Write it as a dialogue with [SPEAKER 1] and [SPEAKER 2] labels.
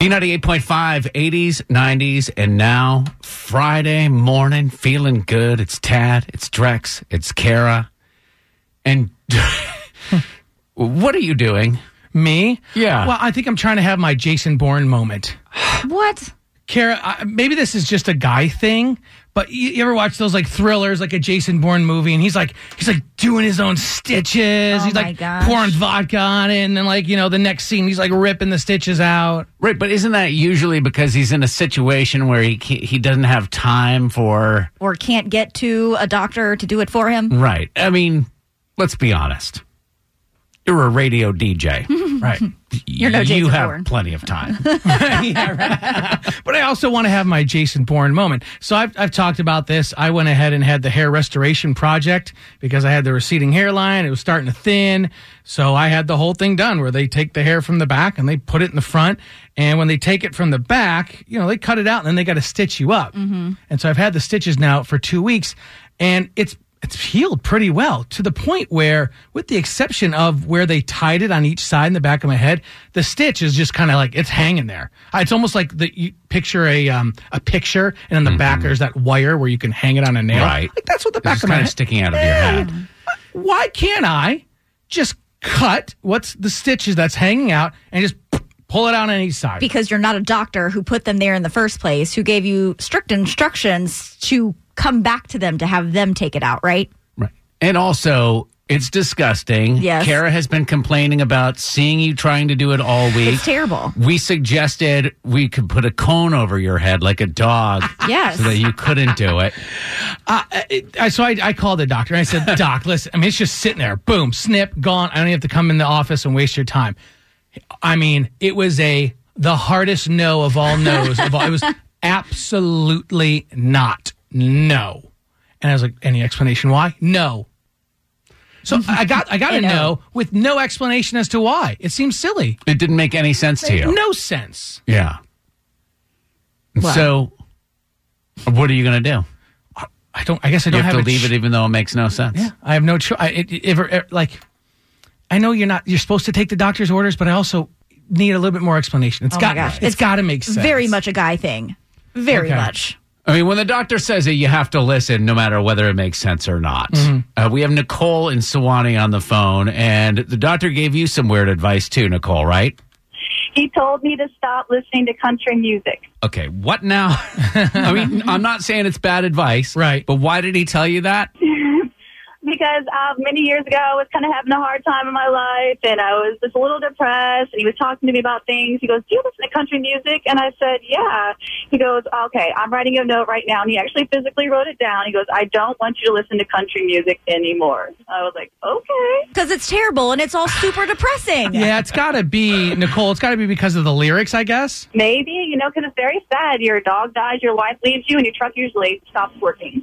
[SPEAKER 1] B98.5, 80s, 90s, and now Friday morning, feeling good. It's Tad, it's Drex, it's Kara. And what are you doing?
[SPEAKER 2] Me?
[SPEAKER 1] Yeah.
[SPEAKER 2] Well, I think I'm trying to have my Jason Bourne moment.
[SPEAKER 3] What?
[SPEAKER 2] Kara, I, maybe this is just a guy thing, but you, you ever watch those like thrillers, like a Jason Bourne movie, and he's like he's like doing his own stitches.
[SPEAKER 3] Oh,
[SPEAKER 2] he's
[SPEAKER 3] my
[SPEAKER 2] like
[SPEAKER 3] gosh.
[SPEAKER 2] pouring vodka on it, and then like you know the next scene, he's like ripping the stitches out.
[SPEAKER 1] Right, but isn't that usually because he's in a situation where he ca- he doesn't have time for
[SPEAKER 3] Or can't get to a doctor to do it for
[SPEAKER 2] Mm.
[SPEAKER 3] him?
[SPEAKER 1] Right. I mean, let's be honest. You're a radio DJ.
[SPEAKER 2] Right.
[SPEAKER 1] You're
[SPEAKER 3] no
[SPEAKER 1] You
[SPEAKER 3] Jason
[SPEAKER 1] have
[SPEAKER 3] Bourne.
[SPEAKER 1] plenty of time.
[SPEAKER 2] Yeah, right. but I also want to have my Jason Bourne moment. So I've, I've talked about this. I went ahead and had the hair restoration project because I had the receding hairline. It was starting to thin. So I had the whole thing done where they take the hair from the back and they put it in the front. And when they take it from the back, you know, they cut it out and then they got to stitch you up. And so I've had the stitches now for two weeks and it's, it's healed pretty well to the point where, with the exception of where they tied it on each side in the back of my head, the stitch is just kind of like it's hanging there. Uh, It's almost like the you picture a um, a picture, and in the back there's that wire where you can hang it on a nail.
[SPEAKER 1] Mm-hmm. Right.
[SPEAKER 2] like that's what the
[SPEAKER 1] It's
[SPEAKER 2] back
[SPEAKER 1] just
[SPEAKER 2] of my
[SPEAKER 1] kind
[SPEAKER 2] head uh,
[SPEAKER 1] of sticking out of your head.
[SPEAKER 2] Why can't I just cut what's the stitches that's hanging out and just pull it out on each side?
[SPEAKER 3] Because you're not a doctor who put them there in the first place, who gave you strict instructions to come back to them to have them take it out, right?
[SPEAKER 1] Right. And also, it's disgusting.
[SPEAKER 3] Yes.
[SPEAKER 1] Kara has been complaining about seeing you trying to do it all week.
[SPEAKER 3] It's terrible.
[SPEAKER 1] We suggested we could put a cone over your head like a dog
[SPEAKER 3] Yes.
[SPEAKER 1] so that you couldn't do it.
[SPEAKER 2] I, so I, I called the doctor and I said, Doc, listen, I mean, it's just sitting there. Boom, snip, gone. I don't even have to come in the office and waste your time. I mean, it was a the hardest no of all no's. of all, it was absolutely not no. And I was like, any explanation why? No. So I got I got a
[SPEAKER 3] know.
[SPEAKER 2] no with no explanation as to why. It seems silly.
[SPEAKER 1] It didn't make any sense to you.
[SPEAKER 2] No sense.
[SPEAKER 1] Yeah. And
[SPEAKER 3] Wow.
[SPEAKER 1] So, what are you going to do?
[SPEAKER 2] I don't. I guess I
[SPEAKER 1] You
[SPEAKER 2] don't
[SPEAKER 1] have,
[SPEAKER 2] have,
[SPEAKER 1] to
[SPEAKER 2] a
[SPEAKER 1] leave
[SPEAKER 2] ch-
[SPEAKER 1] it even though it makes no sense.
[SPEAKER 2] Yeah, I have no choice. Ever, ever like, I know you're not. You're supposed to take the doctor's orders, but I also need a little bit more explanation. It's
[SPEAKER 3] Oh my
[SPEAKER 2] got.
[SPEAKER 3] gosh.
[SPEAKER 2] it's
[SPEAKER 3] It's
[SPEAKER 2] got to make sense.
[SPEAKER 3] Very much a guy thing. Very
[SPEAKER 2] Okay.
[SPEAKER 3] much.
[SPEAKER 1] I mean, when the doctor says it, you have to listen no matter whether it makes sense or not.
[SPEAKER 2] Mm-hmm.
[SPEAKER 1] Uh, we have Nicole and Sewanee on the phone, and the doctor gave you some weird advice too, Nicole, right?
[SPEAKER 4] He told me to stop listening to country music.
[SPEAKER 1] Okay, what now? I mean, I'm not saying it's bad advice.
[SPEAKER 2] Right.
[SPEAKER 1] But why did he tell you that?
[SPEAKER 4] Because uh, many years ago, I was kind of having a hard time in my life, and I was just a little depressed. And he was talking to me about things. He goes, "Do you listen to country music?" And I said, "Yeah." He goes, "Okay, I'm writing you a note right now." And he actually physically wrote it down. He goes, "I don't want you to listen to country music anymore." I was like, "Okay."
[SPEAKER 3] Because it's terrible and it's all super depressing.
[SPEAKER 2] Yeah, it's got to be Nicole. It's got to be because of the lyrics, I guess.
[SPEAKER 4] Maybe, you know, because it's very sad. Your dog dies, your wife leaves you, and your truck usually stops working.